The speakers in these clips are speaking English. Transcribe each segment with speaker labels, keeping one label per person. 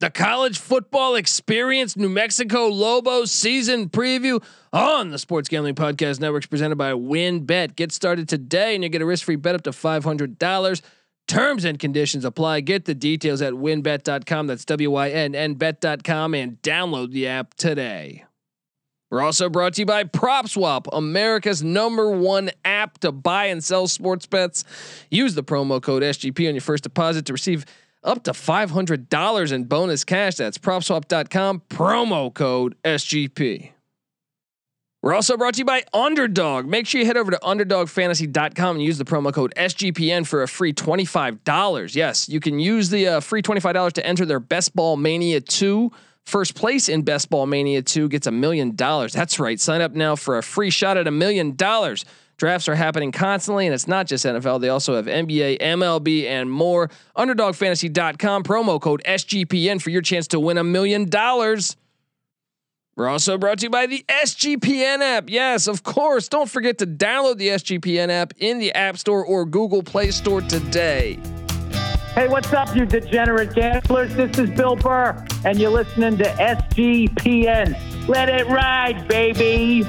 Speaker 1: The college football experience, New Mexico Lobos season preview on the Sports Gambling Podcast Networks presented by WinBet. Get started today and you get a risk free bet up to $500. Terms and conditions apply. Get the details at winbet.com. That's W Y N N bet.com and download the app today. We're also brought to you by PropSwap, America's number one app to buy and sell sports bets. Use the promo code SGP on your first deposit to receive up to $500 in bonus cash. That's propswap.com, promo code SGP. We're also brought to you by Underdog. Make sure you head over to underdogfantasy.com and use the promo code SGPN for a free $25. Yes, you can use the uh, free $25 to enter their Best Ball Mania 2. First place in Best Ball Mania 2 gets a million dollars. That's right. Sign up now for a free shot at a million dollars. Drafts are happening constantly, and it's not just NFL. They also have NBA, MLB, and more. UnderdogFantasy.com, promo code SGPN for your chance to win a million dollars. We're also brought to you by the SGPN app. Yes, of course. Don't forget to download the SGPN app in the App Store or Google Play Store today.
Speaker 2: Hey, what's up, you degenerate gamblers? This is Bill Burr, and you're listening to SGPN. Let it ride, baby.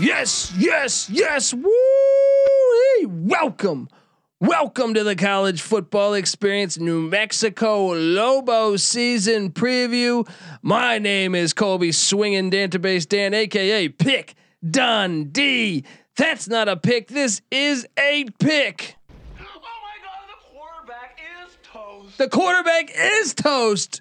Speaker 1: Yes, yes, yes. Woo! Welcome. Welcome to the college football experience, New Mexico Lobo season preview. My name is Colby Swinging Dantabase Dan, aka Pick Dundee. That's not a pick. This is a pick.
Speaker 3: Oh my god, the quarterback is toast.
Speaker 1: The quarterback is toast,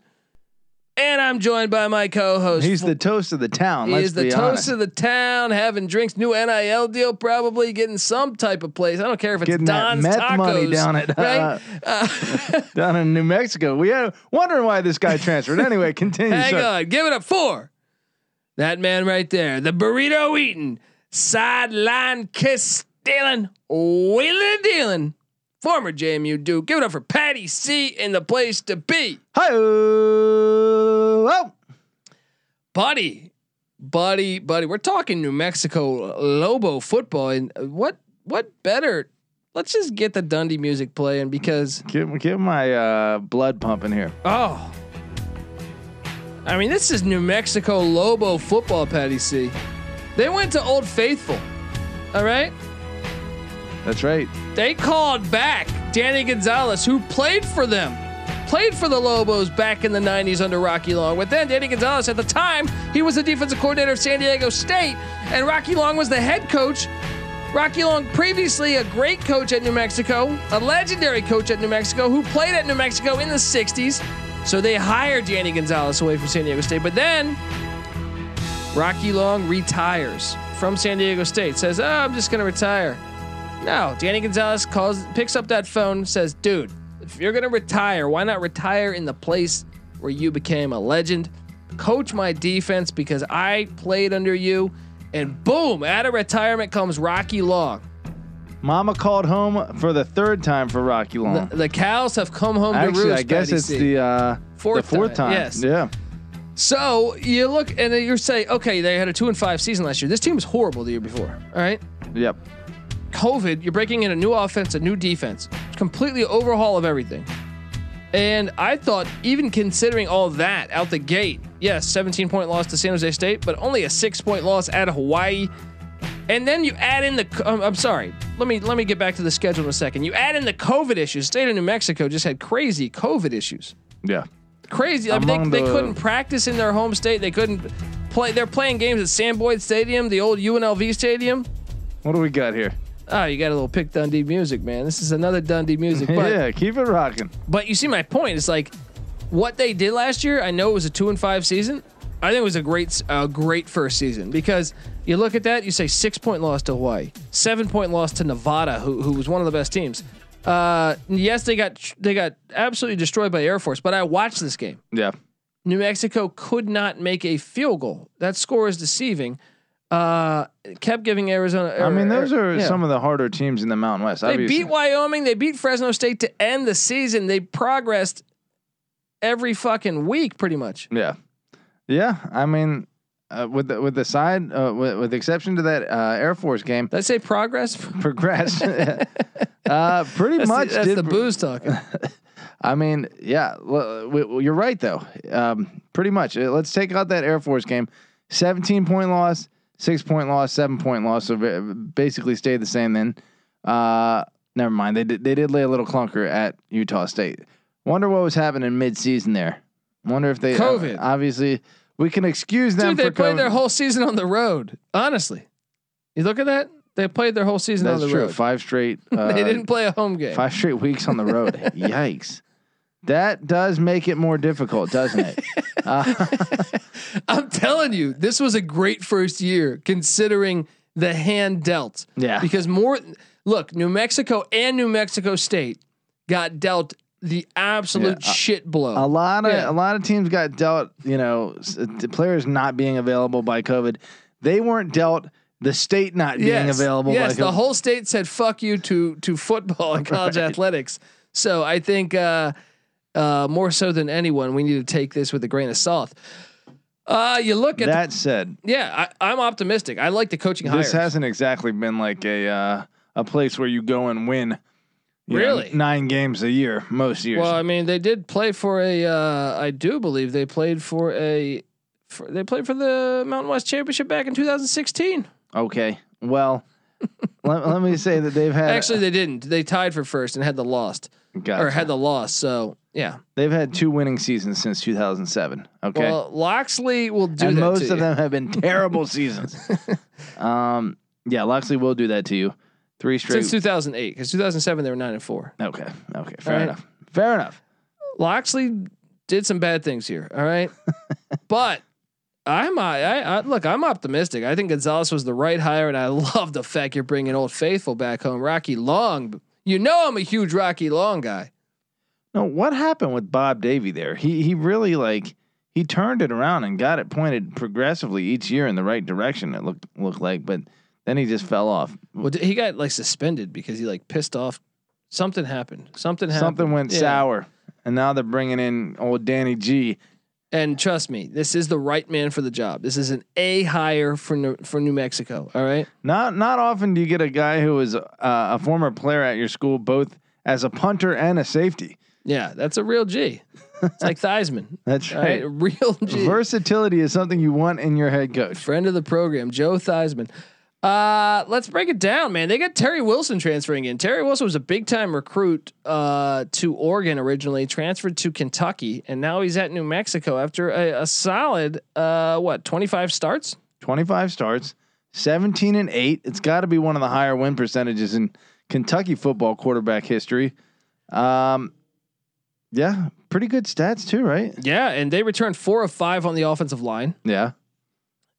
Speaker 1: and I'm joined by my co-host.
Speaker 4: He's the toast of the town.
Speaker 1: He
Speaker 4: let's
Speaker 1: is the
Speaker 4: be
Speaker 1: toast
Speaker 4: honest.
Speaker 1: of the town, having drinks, new NIL deal, probably getting some type of place. I don't care if it's
Speaker 4: Getting that
Speaker 1: Don's
Speaker 4: meth
Speaker 1: Tacos,
Speaker 4: money down at, uh,
Speaker 1: right? Uh,
Speaker 4: down in New Mexico. We had wondering why this guy transferred. Anyway, continue.
Speaker 1: Hang
Speaker 4: sir.
Speaker 1: on, give it up four. That man right there, the burrito eating, sideline kiss stealing, wheeling dealing, former JMU Duke. Give it up for Patty C in the place to be,
Speaker 4: Hi-oh. Oh,
Speaker 1: buddy, buddy, buddy. We're talking New Mexico Lobo football, and what what better? Let's just get the Dundee music playing because
Speaker 4: Get, get my uh, blood pumping here.
Speaker 1: Oh. I mean, this is New Mexico Lobo football, Patty C. They went to Old Faithful. All right?
Speaker 4: That's right.
Speaker 1: They called back Danny Gonzalez, who played for them, played for the Lobos back in the 90s under Rocky Long. But then Danny Gonzalez, at the time, he was the defensive coordinator of San Diego State, and Rocky Long was the head coach. Rocky Long, previously a great coach at New Mexico, a legendary coach at New Mexico, who played at New Mexico in the 60s. So they hired Danny Gonzalez away from San Diego State. But then Rocky Long retires from San Diego State, says, oh, I'm just going to retire. No, Danny Gonzalez calls, picks up that phone, says, "Dude, if you're gonna retire, why not retire in the place where you became a legend? Coach my defense because I played under you." And boom, out of retirement comes Rocky Long.
Speaker 4: Mama called home for the third time for Rocky
Speaker 1: The,
Speaker 4: Long.
Speaker 1: the cows have come home to
Speaker 4: Actually,
Speaker 1: roost.
Speaker 4: I guess
Speaker 1: Patty
Speaker 4: it's
Speaker 1: C.
Speaker 4: the uh,
Speaker 1: Fourth
Speaker 4: the fourth
Speaker 1: time,
Speaker 4: time.
Speaker 1: yes.
Speaker 4: Yeah.
Speaker 1: So you look and then you say, "Okay, they had a two and five season last year. This team was horrible the year before. All right,
Speaker 4: Yep.
Speaker 1: COVID, you're breaking in a new offense, a new defense, completely overhaul of everything. And I thought, even considering all that out the gate, yes, 17 point loss to San Jose State, but only a six point loss at Hawaii. And then you add in the, co- um, I'm sorry, let me let me get back to the schedule in a second. You add in the COVID issues. State of New Mexico just had crazy COVID issues
Speaker 4: Yeah.
Speaker 1: crazy. I mean,
Speaker 4: Among
Speaker 1: they, they
Speaker 4: the-
Speaker 1: couldn't practice in their home state. They couldn't play. They're playing games at Sam Boyd Stadium, the old UNLV Stadium.
Speaker 4: What do we got here?
Speaker 1: Oh, you got a little pick Dundee music, man. This is another Dundee music. But,
Speaker 4: yeah, keep it rocking.
Speaker 1: but you see my point. It's like what they did last year. I know it was a two and five season. I think it was a great, a great first season because you look at that, you say six point loss to Hawaii, seven point loss to Nevada, who who was one of the best teams. Uh, yes, they got they got absolutely destroyed by Air Force, but I watched this game.
Speaker 4: Yeah.
Speaker 1: New Mexico could not make a field goal. That score is deceiving. Uh, it kept giving Arizona.
Speaker 4: I mean, those are
Speaker 1: Uh, yeah.
Speaker 4: some of the harder teams in the Mountain West.
Speaker 1: They
Speaker 4: obviously.
Speaker 1: beat Wyoming. They beat Fresno State to end the season. They progressed every fucking week, pretty much.
Speaker 4: Yeah, yeah. I mean, uh, with the, with the side, uh, with, with the exception to that uh, Air Force game,
Speaker 1: Did I say progress?
Speaker 4: progress. uh, pretty
Speaker 1: That's,
Speaker 4: much
Speaker 1: the, that's
Speaker 4: did.
Speaker 1: the booze talking.
Speaker 4: I mean, yeah, l- w- w- you're right though. Um, pretty much. Uh, Let's take out that Air Force game. 17 point loss, six point loss, seven point loss. So ba- basically stayed the same then. Uh, never mind. They did, they did lay a little clunker at Utah State. Wonder what was happening mid season there. Wonder if they
Speaker 1: COVID.
Speaker 4: obviously, we can excuse them
Speaker 1: Dude, they
Speaker 4: for
Speaker 1: played
Speaker 4: COVID.
Speaker 1: their whole season on the road. Honestly, you look at that. They played their whole season
Speaker 4: That's
Speaker 1: on the
Speaker 4: true.
Speaker 1: road.
Speaker 4: Five straight. Uh,
Speaker 1: they didn't play a home game.
Speaker 4: Five straight weeks on the road. Yikes. That does make it more difficult, doesn't it?
Speaker 1: I'm telling you, this was a great first year considering the hand dealt.
Speaker 4: Yeah.
Speaker 1: Because more, look, New Mexico and New Mexico State got dealt the absolute
Speaker 4: Yeah, uh, a-
Speaker 1: shit blow.
Speaker 4: A lot of
Speaker 1: Yeah.
Speaker 4: a lot of teams got dealt, you know, s- uh, the players not being available by COVID. They weren't dealt the state not being
Speaker 1: yes,
Speaker 4: available
Speaker 1: Yes,
Speaker 4: by
Speaker 1: the
Speaker 4: COVID.
Speaker 1: whole state said "fuck you" to to football and college athletics. So I think uh, uh, more so than anyone, we need to take this with a grain of salt. Uh, you look at
Speaker 4: that said,
Speaker 1: yeah, I, I'm optimistic. I like the coaching hires.
Speaker 4: this hasn't exactly been like a uh, a place where you go and win you know,
Speaker 1: Really?
Speaker 4: nine games a year most years.
Speaker 1: Well, I mean, they did play for a. Uh, I do believe they played for a. For, they played for the Mountain West Championship back in 2016.
Speaker 4: okay. Well, let, let me say that they've had
Speaker 1: Actually, they didn't. They tied for first and had the lost
Speaker 4: Gotcha.
Speaker 1: or had the loss. So yeah.
Speaker 4: they've had two winning seasons since 2007. Okay.
Speaker 1: Well, Loxley will do
Speaker 4: and
Speaker 1: that.
Speaker 4: most
Speaker 1: to
Speaker 4: of
Speaker 1: you.
Speaker 4: them have been terrible seasons. um, yeah, Loxley will do that to you. Three straight.
Speaker 1: since 2008 because 2007 they were nine and four.
Speaker 4: okay, okay, fair
Speaker 1: All right.
Speaker 4: enough. Fair enough.
Speaker 1: Loxley did some bad things here. All right, but. I'm I, I, I look. I'm optimistic. I think Gonzalez was the right hire, and I love the fact you're bringing Old Faithful back home. Rocky Long, you know I'm a huge Rocky Long guy.
Speaker 4: No, what happened with Bob Davy there? He he really like he turned it around and got it pointed progressively each year in the right direction. It looked looked like, but then he just fell off.
Speaker 1: Well, d- he got like suspended because he like pissed off. Something happened. Something happened.
Speaker 4: Something went
Speaker 1: Yeah.
Speaker 4: sour, and now they're bringing in old Danny G.
Speaker 1: And trust me, this is the right man for the job. This is an A hire for New, for New Mexico. All right.
Speaker 4: Not not often do you get a guy who is uh, a former player at your school, both as a punter and a safety.
Speaker 1: Yeah, that's a real G. It's like Theismann.
Speaker 4: That's
Speaker 1: All right,
Speaker 4: right.
Speaker 1: a real G.
Speaker 4: Versatility is something you want in your head coach.
Speaker 1: Friend of the program, Joe Theismann. Uh, let's break it down, man. They got Terry Wilson transferring in. Terry Wilson was a big time recruit uh, to Oregon originally, transferred to Kentucky, and now he's at New Mexico after a, a solid uh, what twenty five starts.
Speaker 4: 25 starts, 17 and 8. It's got to be one of the higher win percentages in Kentucky football quarterback history. Um, yeah, pretty good stats too, right?
Speaker 1: Yeah, and they returned four of five on the offensive line.
Speaker 4: Yeah.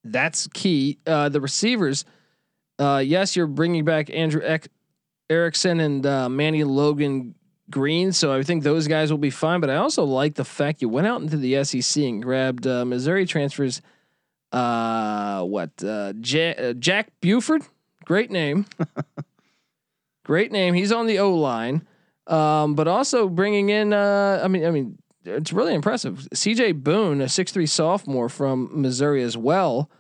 Speaker 1: That's key. Uh, the receivers, uh, yes, you're bringing back Andrew Ek- Erickson and uh, Manny Logan Green, so I think those guys will be fine. But I also like the fact you went out into the SEC and grabbed uh, Missouri transfers. Uh, what? Uh, Ja- uh, Jack Buford, great name, great name. He's on the O line, um, but also bringing in. Uh, I mean, I mean, it's really impressive. C.J. Boone, a six-three sophomore from Missouri as well.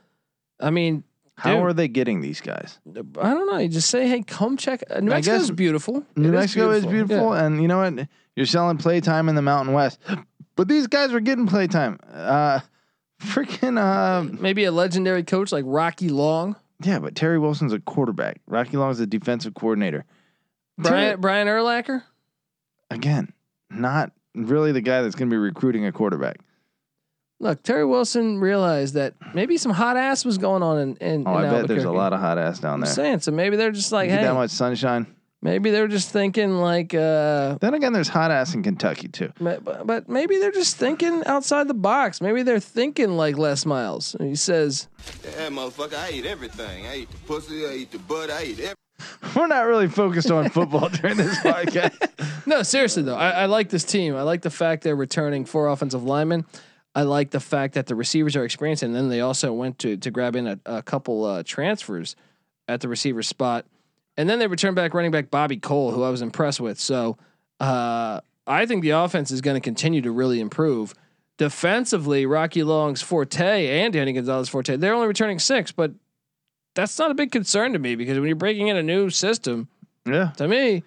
Speaker 1: I mean,
Speaker 4: How
Speaker 1: Dude.
Speaker 4: are they getting these guys?
Speaker 1: I don't know. You just say, hey, come check. uh, New
Speaker 4: I
Speaker 1: Mexico's
Speaker 4: guess
Speaker 1: beautiful.
Speaker 4: New
Speaker 1: It
Speaker 4: Mexico is beautiful,
Speaker 1: Yeah.
Speaker 4: and you know what? You're selling playtime in the Mountain West, but these guys were getting playtime. Uh, freaking um,
Speaker 1: Maybe a legendary coach like Rocky Long.
Speaker 4: yeah, but Terry Wilson's a quarterback. Rocky Long's a defensive coordinator.
Speaker 1: Brian Brian Erlacher.
Speaker 4: again, not really the guy that's going to be recruiting a quarterback.
Speaker 1: Look, Terry Wilson realized that maybe some hot ass was going on in, in,
Speaker 4: Oh,
Speaker 1: in
Speaker 4: I bet
Speaker 1: Albuquerque.
Speaker 4: there's a lot of hot ass down
Speaker 1: I'm
Speaker 4: there.
Speaker 1: saying so. Maybe they're just like,
Speaker 4: You get that
Speaker 1: hey,
Speaker 4: much sunshine.
Speaker 1: maybe they're just thinking like, uh,
Speaker 4: Then again, there's hot ass in Kentucky too.
Speaker 1: ma- but but maybe they're just thinking outside the box. Maybe they're thinking like Les Miles. And he says,
Speaker 5: Yeah, motherfucker, I eat everything. I eat the pussy, I eat the butt, I eat everything.
Speaker 4: We're not really focused on football during this podcast.
Speaker 1: No, seriously though, I, I like this team. I like the fact they're returning four offensive linemen. I like the fact that the receivers are experienced, and then they also went to to grab in a, a couple uh, transfers at the receiver spot, and then they returned back running back Bobby Cole, who I was impressed with. So uh, I think the offense is going to continue to really improve. Defensively, Rocky Long's forte and Danny Gonzalez's forte, they're only returning six, but that's not a big concern to me because when you're breaking in a new system,
Speaker 4: Yeah.
Speaker 1: to me,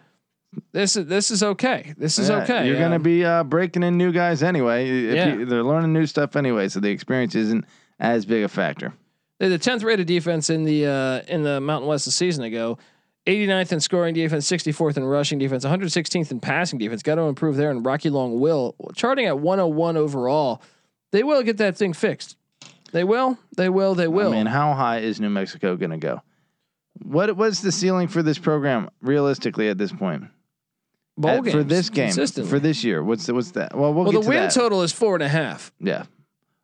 Speaker 1: this is this is okay. This is
Speaker 4: Yeah,
Speaker 1: okay.
Speaker 4: You're
Speaker 1: Um,
Speaker 4: gonna be uh, breaking in new guys anyway. If
Speaker 1: Yeah.
Speaker 4: you- they're learning new stuff anyway, so the experience isn't as big a factor.
Speaker 1: They're the tenth rated defense in the uh, in the Mountain West a season ago. 89th in scoring defense, 64th in rushing defense, 116th in passing defense. Got to improve there. And Rocky Long will charting at 101 overall. They will get that thing fixed. They will. They will. They will.
Speaker 4: I mean, how high is New Mexico gonna go? What what's the ceiling for this program realistically at this point?
Speaker 1: Bowl
Speaker 4: At- for
Speaker 1: games,
Speaker 4: this game
Speaker 1: consistently.
Speaker 4: for this year. What's the, what's that? Well, we'll,
Speaker 1: well,
Speaker 4: get
Speaker 1: the
Speaker 4: to
Speaker 1: win
Speaker 4: that.
Speaker 1: total is four and a half.
Speaker 4: Yeah,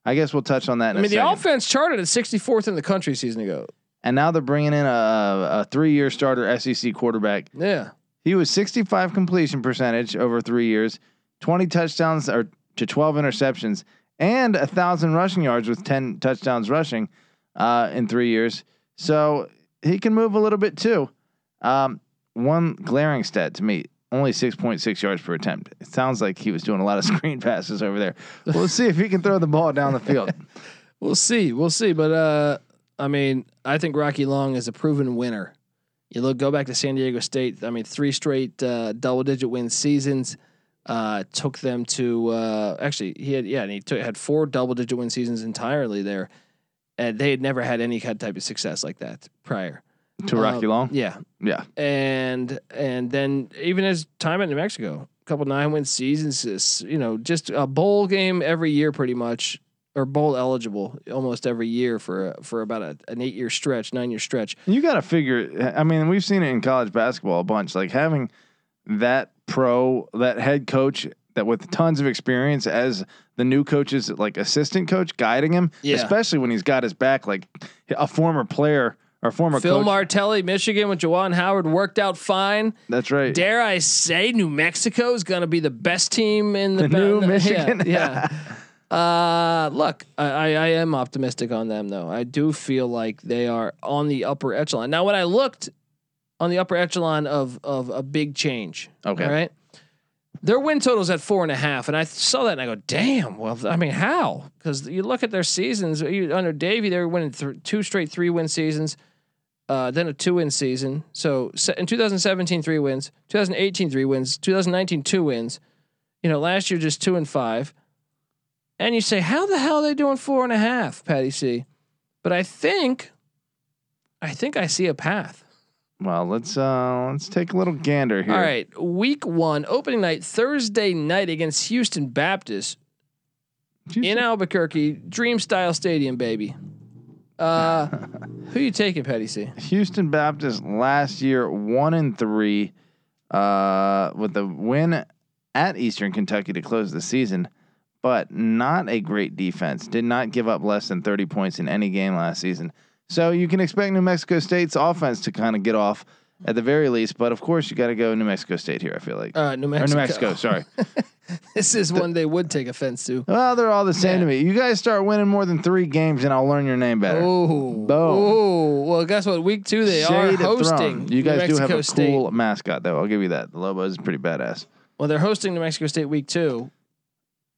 Speaker 4: I guess we'll touch on that. In
Speaker 1: I mean,
Speaker 4: a
Speaker 1: the
Speaker 4: second.
Speaker 1: offense charted at 64th in the country season ago.
Speaker 4: and now they're bringing in a, a three-year starter SEC quarterback.
Speaker 1: Yeah,
Speaker 4: He was 65 completion percentage over three years, 20 touchdowns or to 12 interceptions, and a thousand rushing yards with 10 touchdowns rushing uh, in three years. So he can move a little bit too. Um, one glaring stat to me: only 6.6 yards per attempt. It sounds like he was doing a lot of screen passes over there. We'll see if he can throw the ball down the field.
Speaker 1: we'll see. We'll see. But uh, I mean, I think Rocky Long is a proven winner. You look, go back to San Diego State. I mean, three straight uh, double-digit win seasons uh, took them to. Uh, actually, he had yeah, and he took, had four double-digit win seasons entirely there, and they had never had any kind type of success like that prior.
Speaker 4: To Rocky
Speaker 1: Uh,
Speaker 4: Long,
Speaker 1: Yeah,
Speaker 4: yeah,
Speaker 1: and and then even his time at New Mexico, a couple nine win seasons, is, you know, just a bowl game every year, pretty much, or bowl eligible almost every year for for about a, an eight year stretch, nine year stretch.
Speaker 4: You got to figure. I mean, we've seen it in college basketball a bunch. Like having that pro, that head coach that with tons of experience as the new coach's like assistant coach guiding him,
Speaker 1: Yeah.
Speaker 4: especially when he's got his back like a former player or former
Speaker 1: Phil
Speaker 4: coach.
Speaker 1: Martelli, Michigan with Jawan Howard worked out fine.
Speaker 4: That's right.
Speaker 1: Dare I say, New Mexico is going to be the best team in the,
Speaker 4: The new
Speaker 1: yeah,
Speaker 4: Michigan.
Speaker 1: Yeah. Uh, look, I, I, I am optimistic on them though. I do feel like they are on the upper echelon. Now, when I looked on the upper echelon of of a big change,
Speaker 4: Okay.
Speaker 1: all right, their win totals at four and a half, and I saw that and I go, damn. Well, I mean, how? Because you look at their seasons you, under Davey, they were winning th- two straight three win seasons. Uh, then a two win season. So se- in 2017, three wins. 2018, three wins. 2019, two wins. You know, last year just two and five. And you say, how the hell are they doing four and a half, Patty C? But I think, I think I see a path.
Speaker 4: Well, let's uh let's take a little gander here.
Speaker 1: All right, week one, opening night, Thursday night against Houston Baptist
Speaker 4: Did you
Speaker 1: in
Speaker 4: say-
Speaker 1: Albuquerque, Dream Style Stadium, baby. Uh, who you taking, Patty C?
Speaker 4: Houston Baptist last year one and three, uh, with a win at Eastern Kentucky to close the season, but not a great defense. Did not give up less than thirty points in any game last season. So you can expect New Mexico State's offense to kind of get off at the very least, but of course you got to go New Mexico State here. I feel like
Speaker 1: Uh, New
Speaker 4: or
Speaker 1: Mexico.
Speaker 4: New Mexico. Sorry.
Speaker 1: This is one they would take offense to.
Speaker 4: well, they're all the same
Speaker 1: Yeah.
Speaker 4: to me. You guys start winning more than three games, and I'll learn your name better.
Speaker 1: Oh,
Speaker 4: Boom.
Speaker 1: oh, well, guess what? Week two they
Speaker 4: Shade
Speaker 1: are
Speaker 4: of Thrones.
Speaker 1: hosting.
Speaker 4: You guys
Speaker 1: New
Speaker 4: do have
Speaker 1: Mexico
Speaker 4: a
Speaker 1: State.
Speaker 4: cool mascot, though. I'll give you that. The Lobos is pretty badass.
Speaker 1: Well, they're hosting New Mexico State week two,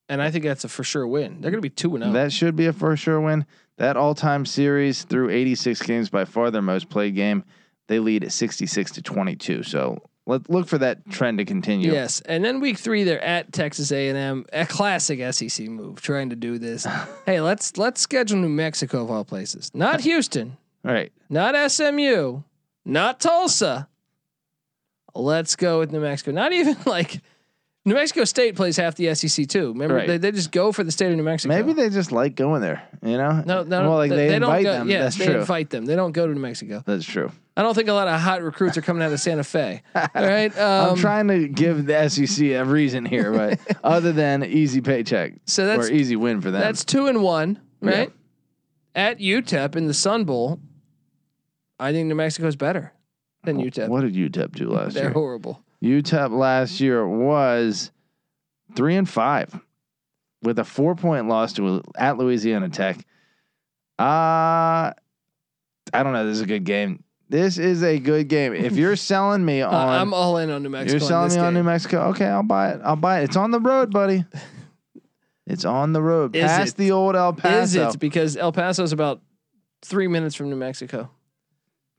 Speaker 1: and I think that's a for sure win. They're going to be two and oh. zero.
Speaker 4: That should be a for sure win. That all time series through 86 games, by far their most played game. They lead at 66 to 22. So let look for that trend to continue.
Speaker 1: Yes, and then week three they're at Texas A and M, a classic SEC move, trying to do this. hey, let's let's schedule New Mexico of all places, not Houston,
Speaker 4: All right.
Speaker 1: not SMU, not Tulsa. Let's go with New Mexico. Not even like New Mexico State plays half the SEC too. Remember,
Speaker 4: Right.
Speaker 1: they, they just go for the state of New Mexico.
Speaker 4: Maybe they just like going there, you know?
Speaker 1: no, no,
Speaker 4: well, like they,
Speaker 1: don't
Speaker 4: invite
Speaker 1: go,
Speaker 4: them.
Speaker 1: Yes,
Speaker 4: That's
Speaker 1: they
Speaker 4: true.
Speaker 1: invite them. They don't go to New Mexico.
Speaker 4: That's true.
Speaker 1: I don't think a lot of hot recruits are coming out of Santa Fe. All right. Um,
Speaker 4: I'm trying to give the SEC a reason here, but other than easy paycheck
Speaker 1: So that's
Speaker 4: or easy win for them.
Speaker 1: that's two and one, right?
Speaker 4: Yeah.
Speaker 1: At UTEP in the Sun Bowl, I think New Mexico's better than UTEP.
Speaker 4: Oh, What did UTEP do last
Speaker 1: They're
Speaker 4: year?
Speaker 1: horrible.
Speaker 4: UTEP E
Speaker 1: Mm-hmm.
Speaker 4: last year was three and five with a four point loss to at Louisiana Tech. Uh I don't know. This is a good game. This is a good game. If you're selling me on,
Speaker 1: Uh, I'm all in on New Mexico.
Speaker 4: you're selling
Speaker 1: this
Speaker 4: me on New
Speaker 1: game.
Speaker 4: Mexico. Okay, I'll buy it. I'll buy it. It's on the road, buddy. It's on the road.
Speaker 1: Is
Speaker 4: Past
Speaker 1: it?
Speaker 4: the old El
Speaker 1: Is
Speaker 4: Paso.
Speaker 1: it because El Paso's about three minutes from New Mexico?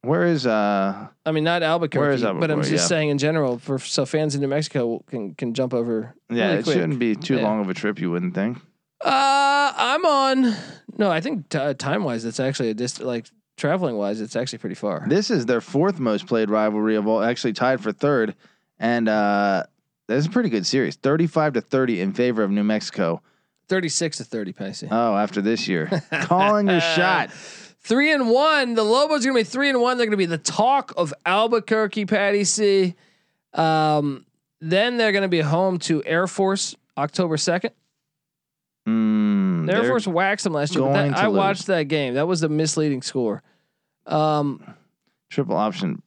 Speaker 4: Where is uh?
Speaker 1: I mean, not Albuquerque,
Speaker 4: Where is
Speaker 1: but I'm
Speaker 4: Albuquerque?
Speaker 1: just
Speaker 4: Yeah.
Speaker 1: saying in general. For so fans in New Mexico can can jump over.
Speaker 4: Yeah,
Speaker 1: really
Speaker 4: it
Speaker 1: quick.
Speaker 4: shouldn't be too
Speaker 1: Yeah.
Speaker 4: long of a trip. You wouldn't think.
Speaker 1: Uh, I'm on. No, I think t- time wise, it's actually a dist- like traveling wise, it's actually pretty far.
Speaker 4: This is their fourth most played rivalry of all, actually tied for third. And uh, that's a pretty good series 35 to 30 in favor of New Mexico.
Speaker 1: Thirty six to thirty, Pacey.
Speaker 4: Oh, after this year. Calling your shot.
Speaker 1: three and one. The Lobos are gonna be three and one. They're gonna be the talk of Albuquerque, Patty C. Um, then they're gonna be home to Air Force October second.
Speaker 4: Mm,
Speaker 1: Air
Speaker 4: they're-
Speaker 1: Force waxed them last year. But
Speaker 4: going
Speaker 1: that,
Speaker 4: to
Speaker 1: I
Speaker 4: lose.
Speaker 1: watched that game. That was the misleading score. Um,
Speaker 4: Triple option.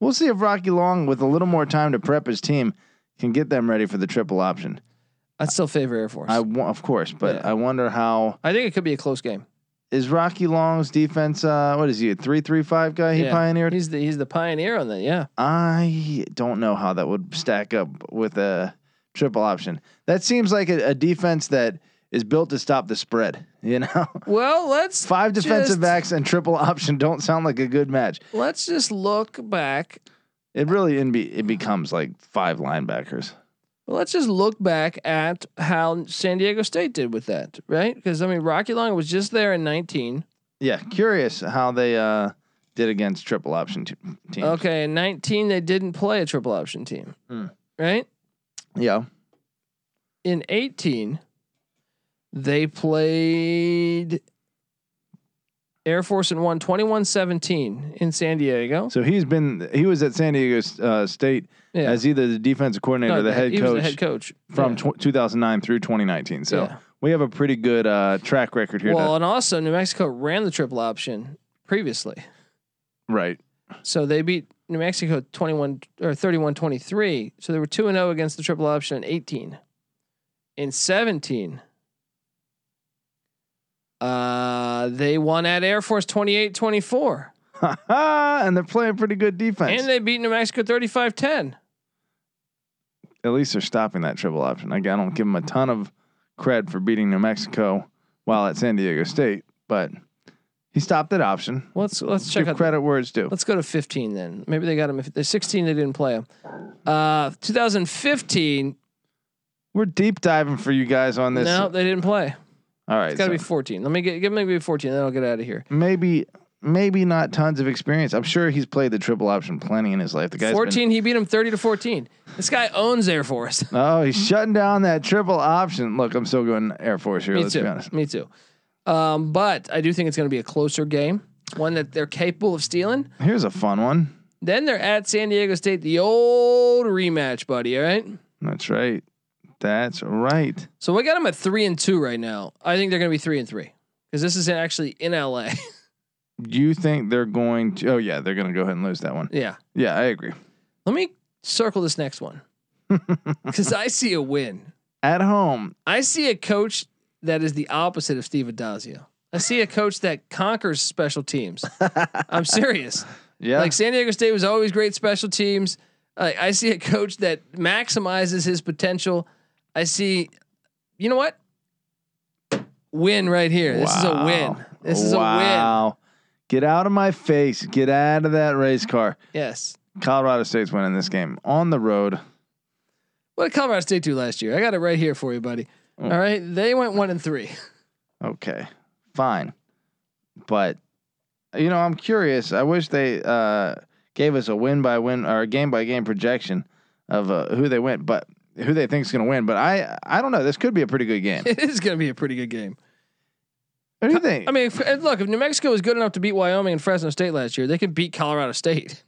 Speaker 4: We'll see if Rocky Long, with a little more time to prep his team, can get them ready for the triple option.
Speaker 1: I still favor Air Force.
Speaker 4: I
Speaker 1: I,
Speaker 4: wa- of course, but
Speaker 1: Yeah.
Speaker 4: I wonder how
Speaker 1: think it could be a close game.
Speaker 4: is Rocky Long's defense. Uh, what is he a three three five guy? He
Speaker 1: Yeah.
Speaker 4: pioneered.
Speaker 1: He's the he's the pioneer on that. Yeah.
Speaker 4: I don't know how that would stack up with a triple option. That seems like a, a defense that is built to stop the spread. You know,
Speaker 1: Well, let's
Speaker 4: five defensive
Speaker 1: just-
Speaker 4: backs and triple option don't sound like a good match.
Speaker 1: Let's just look back.
Speaker 4: It really in be, it becomes like five linebackers.
Speaker 1: Let's just look back at how San Diego State did with that, right? Because I mean, Rocky Long was just there in 19.
Speaker 4: Yeah, curious how they uh, did against triple option t- teams.
Speaker 1: Okay, in 19 they didn't play a triple option team,
Speaker 4: Hmm.
Speaker 1: right?
Speaker 4: Yeah.
Speaker 1: in 18 they played air force and won 21-17 in san diego
Speaker 4: So he's been he was at San Diego uh, State
Speaker 1: yeah
Speaker 4: as either the defensive coordinator
Speaker 1: No,
Speaker 4: or the head
Speaker 1: he was
Speaker 4: coach
Speaker 1: the head coach
Speaker 4: from
Speaker 1: Yeah.
Speaker 4: tw- 2009 through 2019. So
Speaker 1: Yeah.
Speaker 4: we have a pretty good uh, track record here.
Speaker 1: well and also new mexico ran the triple option previously
Speaker 4: to, right.
Speaker 1: so they beat new mexico 21 or 31-23 so they were 2 and 0 against the triple option in 18 in 17 uh they won at air force 28-24
Speaker 4: and they're playing pretty good defense.
Speaker 1: and they beat new mexico 35-10
Speaker 4: At least they're stopping that triple option. Like, I don't give them a ton of cred for beating New Mexico while at San Diego State, but he stopped that option.
Speaker 1: Let's let's check
Speaker 4: give
Speaker 1: out.
Speaker 4: credit where it's due.
Speaker 1: Let's go to 15 then. Maybe they got him. If they're 16, they didn't play him. Uh, 2015.
Speaker 4: We're deep diving for you guys on this.
Speaker 1: No, they didn't play.
Speaker 4: All right.
Speaker 1: It's got to be
Speaker 4: so
Speaker 1: 14. Let me get give maybe 14. Then I'll get out of here.
Speaker 4: maybe maybe not tons of experience. I'm sure he's played the triple option plenty in his life. The guy's been-
Speaker 1: 14. He beat him 30 to 14. This guy owns Air Force.
Speaker 4: Oh, he's shutting down that triple option. Look, I'm still going Air Force here.
Speaker 1: Me
Speaker 4: let's be
Speaker 1: too.
Speaker 4: honest.
Speaker 1: Me too. Um, but I do think it's going to be a closer game, one that they're capable of stealing.
Speaker 4: Here's a fun one.
Speaker 1: Then they're at San Diego State, the old rematch, buddy. All right.
Speaker 4: That's right. That's right.
Speaker 1: So we got them at three and two right now. I think they're going to be three and three because this is actually in LA.
Speaker 4: You think they're going to? Oh yeah, they're going to go ahead and lose that one.
Speaker 1: yeah.
Speaker 4: Yeah, I agree.
Speaker 1: Let me circle this next one because I see a win.
Speaker 4: At home,
Speaker 1: I see a coach that is the opposite of Steve Adazio. I see a coach that conquers special teams. I'm serious.
Speaker 4: yeah,
Speaker 1: Like San Diego State was always great special teams. Like I see a coach that maximizes his potential. I see, you know what? Win right here. This is a win.
Speaker 4: Wow.
Speaker 1: This is a win.
Speaker 4: Wow. Get out of my face. Get out of that race car.
Speaker 1: Yes.
Speaker 4: Colorado State's winning this game on the road.
Speaker 1: What did Colorado State do last year? I got it right here for you, buddy.
Speaker 4: Mm.
Speaker 1: All right. They went one and three.
Speaker 4: Okay, fine, but you know I'm curious. I wish they uh, gave us a win by win or game by game projection of uh, who they went, but who they think's going to win. But I I don't know. This could be a pretty good game.
Speaker 1: It is going to be a pretty good game.
Speaker 4: What do you think?
Speaker 1: I mean, if, and look, if New Mexico was good enough to beat Wyoming and Fresno State last year, they could beat Colorado State.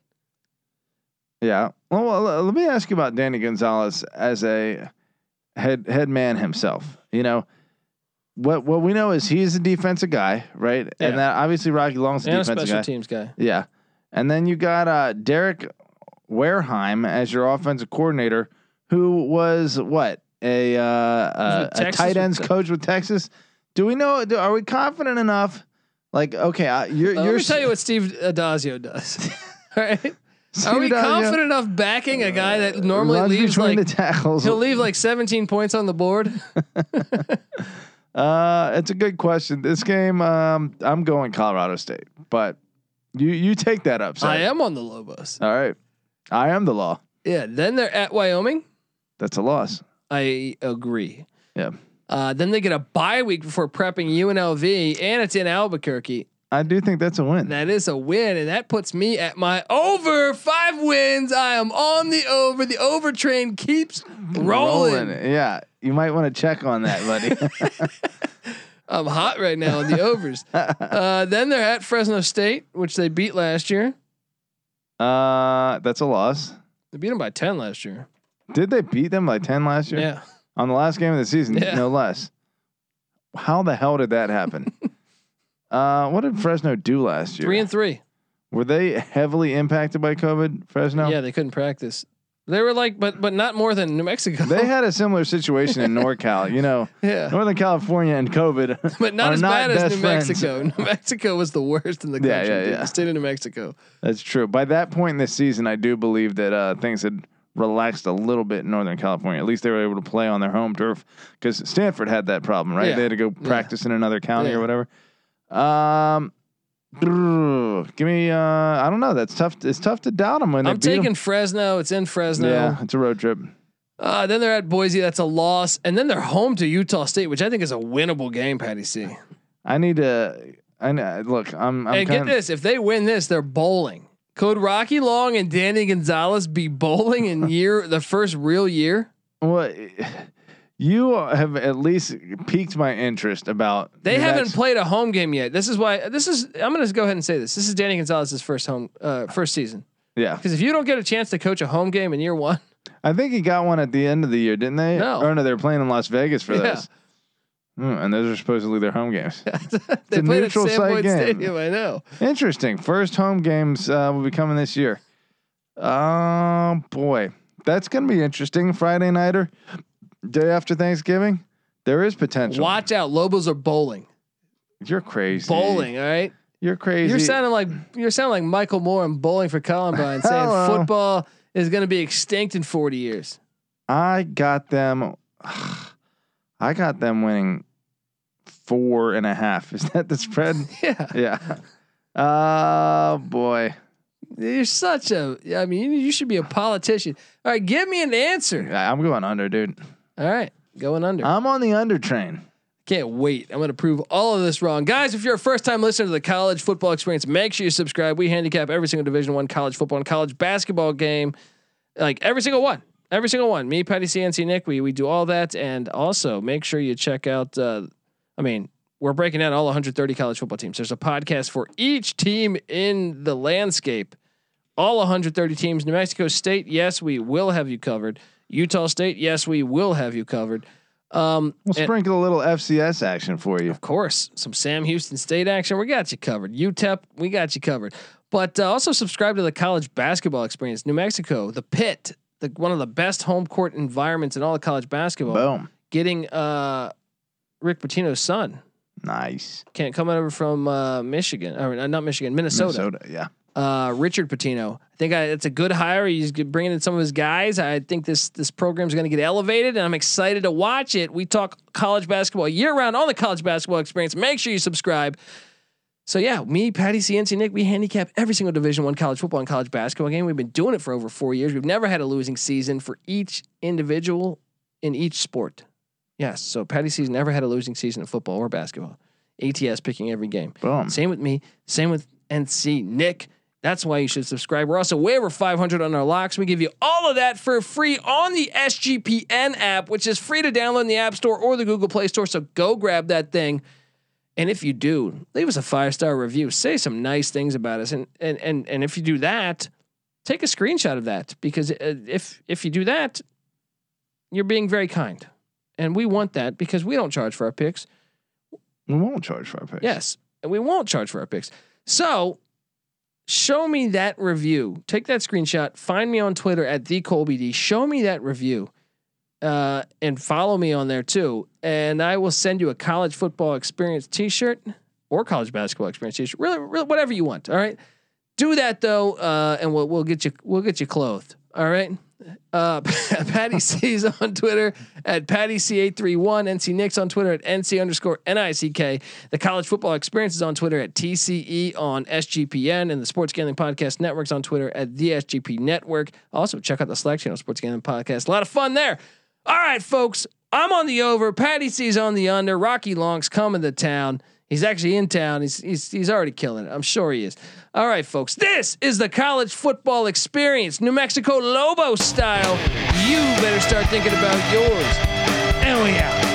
Speaker 4: Yeah. Well, well, uh, let me ask you about Danny Gonzalez as a head head man himself. You know, what what we know is he's a defensive guy, right?
Speaker 1: Yeah.
Speaker 4: And that obviously Rocky Long's a
Speaker 1: And a
Speaker 4: defensive
Speaker 1: special
Speaker 4: guy.
Speaker 1: teams guy.
Speaker 4: Yeah. And then you got uh, Derek Wareheim as your offensive coordinator, who was what a uh, a, a
Speaker 1: Texas
Speaker 4: tight
Speaker 1: with
Speaker 4: ends
Speaker 1: the-
Speaker 4: coach with Texas. Do we know? Do, are we confident enough Like, okay, I, you're
Speaker 1: Uh,
Speaker 4: you're
Speaker 1: let me
Speaker 4: s-
Speaker 1: tell you what Steve Adazio does. All right.
Speaker 4: Steve
Speaker 1: Are we
Speaker 4: Adazio
Speaker 1: confident enough backing a guy that normally
Speaker 4: uh, runs
Speaker 1: leaves
Speaker 4: between
Speaker 1: like
Speaker 4: the tackles.
Speaker 1: he'll leave like 17 points on the board?
Speaker 4: Uh, it's a good question. This game, um, I'm going Colorado State, but you you take that up.
Speaker 1: I am on the Lobos.
Speaker 4: All right, I am the law.
Speaker 1: Yeah. Then they're at Wyoming.
Speaker 4: That's a loss.
Speaker 1: I agree.
Speaker 4: Yeah,
Speaker 1: Uh, then they get a bye week before prepping UNLV, and it's in Albuquerque.
Speaker 4: I do think that's a win.
Speaker 1: That is a win, and that puts me at my over five wins. I am on the over. The over train keeps rolling.
Speaker 4: Yeah, you might want to check on that, buddy.
Speaker 1: I'm hot right now on the overs. uh, then they're at Fresno State, which they beat last year.
Speaker 4: uh, that's a loss.
Speaker 1: They beat them by 10 last year.
Speaker 4: Did they beat them by ten last year?
Speaker 1: Yeah.
Speaker 4: On the last game of the season,
Speaker 1: Yeah.
Speaker 4: no less. How the hell did that happen? uh, what did Fresno do last year?
Speaker 1: Three and three.
Speaker 4: Were they heavily impacted by COVID, Fresno?
Speaker 1: Yeah, they couldn't practice. They were like, but but not more than New Mexico.
Speaker 4: They had a similar situation in NorCal. You know,
Speaker 1: yeah.
Speaker 4: Northern California and COVID.
Speaker 1: But not
Speaker 4: are
Speaker 1: as bad as
Speaker 4: best
Speaker 1: New
Speaker 4: friends.
Speaker 1: Mexico. New Mexico was the worst in the
Speaker 4: Yeah,
Speaker 1: country.
Speaker 4: yeah,
Speaker 1: dude.
Speaker 4: yeah.
Speaker 1: The state of New Mexico.
Speaker 4: That's true. By that point in this season, I do believe that uh, things had relaxed a little bit in Northern California. At least they were able to play on their home turf because Stanford had that problem, right?
Speaker 1: Yeah.
Speaker 4: They had to go practice in another county
Speaker 1: Yeah.
Speaker 4: or whatever. Um, brr, give me. Uh, I don't know. That's tough. It's tough to doubt them when they
Speaker 1: I'm
Speaker 4: beat 'em.
Speaker 1: taking Fresno. It's in Fresno.
Speaker 4: Yeah, it's a road trip.
Speaker 1: Uh, then they're at Boise. That's a loss. And then they're home to Utah State, which I think is a winnable game, Patty C.
Speaker 4: I need to. I know, look. I'm. I'm
Speaker 1: and
Speaker 4: kinda,
Speaker 1: get this if they win this, they're bowling. Could Rocky Long and Danny Gonzalez be bowling in year the first real year?
Speaker 4: Well, you have at least piqued my interest about.
Speaker 1: They
Speaker 4: New
Speaker 1: haven't
Speaker 4: Mex-
Speaker 1: played a home game yet. This is why this is I'm gonna go ahead and say this. This is Danny Gonzalez's first home uh, first season.
Speaker 4: Yeah,
Speaker 1: Because if you don't get a chance to coach a home game in year one,
Speaker 4: I think he got one at the end of the year, didn't they?
Speaker 1: No.
Speaker 4: Or no, they were playing in Las Vegas for
Speaker 1: Yeah.
Speaker 4: this. Hmm, and those are supposedly their home games.
Speaker 1: they
Speaker 4: a
Speaker 1: played at
Speaker 4: neutral site
Speaker 1: Sandpoint
Speaker 4: game.
Speaker 1: Stadium. I know.
Speaker 4: Interesting. First home games uh, will be coming this year. Oh boy, that's gonna be interesting. Friday nighter, day after Thanksgiving. There is potential.
Speaker 1: Watch out, Lobos are bowling.
Speaker 4: You're crazy.
Speaker 1: Bowling, all right.
Speaker 4: You're crazy.
Speaker 1: You're sounding like you're sounding like Michael Moore in Bowling for Columbine, saying
Speaker 4: Hello.
Speaker 1: football is going to be extinct in 40 years.
Speaker 4: I got them. I got them winning four and a half. Is that the spread?
Speaker 1: Yeah,
Speaker 4: yeah. Oh boy.
Speaker 1: you're such a. I mean, you, you should be a politician. All right, give me an answer.
Speaker 4: Yeah, I'm going under, dude.
Speaker 1: All right, going under.
Speaker 4: I'm on the under train.
Speaker 1: Can't wait. I'm going to prove all of this wrong. Guys, if you're a first-time listener to the College Football Experience, make sure you subscribe. We handicap every single Division 1 college football and college basketball game. Like every single one. Every single one. Me, Patty CNC, Nick, we we do all that and also make sure you check out uh I mean, we're breaking down all 130 college football teams. There's a podcast for each team in the landscape. All 130 teams. New Mexico State, yes, we will have you covered. Utah State, yes, we will have you covered. Um,
Speaker 4: We'll
Speaker 1: and-
Speaker 4: sprinkle a little FCS action for you.
Speaker 1: of course, some Sam Houston State action. We got you covered. UTEP, we got you covered. But uh, also subscribe to the college basketball experience. New Mexico, the pit, the, one of the best home court environments in all of college basketball.
Speaker 4: Boom.
Speaker 1: Getting uh, Rick Pitino's son.
Speaker 4: Nice.
Speaker 1: Can't come over from uh, Michigan, or uh, not Michigan, Minnesota.
Speaker 4: Minnesota. Yeah.
Speaker 1: Uh, Richard Pitino. I think I, it's a good hire. He's g- bringing in some of his guys. I think this this program's going to get elevated, and I'm excited to watch it. We talk college basketball year round on the college basketball experience. Make sure you subscribe. So yeah, me, Patty, CNC, Nick, we handicap every single Division One college football and college basketball game. We've been doing it for over four years. We've never had a losing season for each individual in each sport. Yes, so Patty C's never had a losing season in football or basketball. ATS picking every game.
Speaker 4: Boom.
Speaker 1: Same with me. Same with NC Nick. That's why you should subscribe. We're also way over 500 on our locks. We give you all of that for free on the SGPN app, which is free to download in the App Store or the Google Play Store. So go grab that thing. And if you do, leave us a five star review. Say some nice things about us. And and and and if you do that, take a screenshot of that because uh, if if you do that, you're being very kind, and we want that because we don't charge for our picks.
Speaker 4: We won't charge for our picks.
Speaker 1: Yes. And we won't charge for our picks. So show me that review. Take that screenshot. Find me on Twitter at the Colby D. Show me that review. Uh, and follow me on there too. And I will send you a college football experience t shirt or college basketball experience issue, really, really whatever you want. All right, do that though, uh, and we'll we'll get you we'll get you clothed. All right. Uh, Patty C's on Twitter at Patty C831, NC Nicks on Twitter at NC underscore NICK. The College Football Experience is on Twitter at TCE on SGPN, and the Sports Gambling Podcast Network's on Twitter at the SGP Network. Also, check out the Slack channel, Sports Gambling Podcast. A lot of fun there. All right, folks, I'm on the over. Patty C's on the under. Rocky Long's coming to town. He's actually in town. He's, he's he's already killing it. I'm sure he is. All right, folks. This is the college football experience, New Mexico Lobo style. You better start thinking about yours. And we out.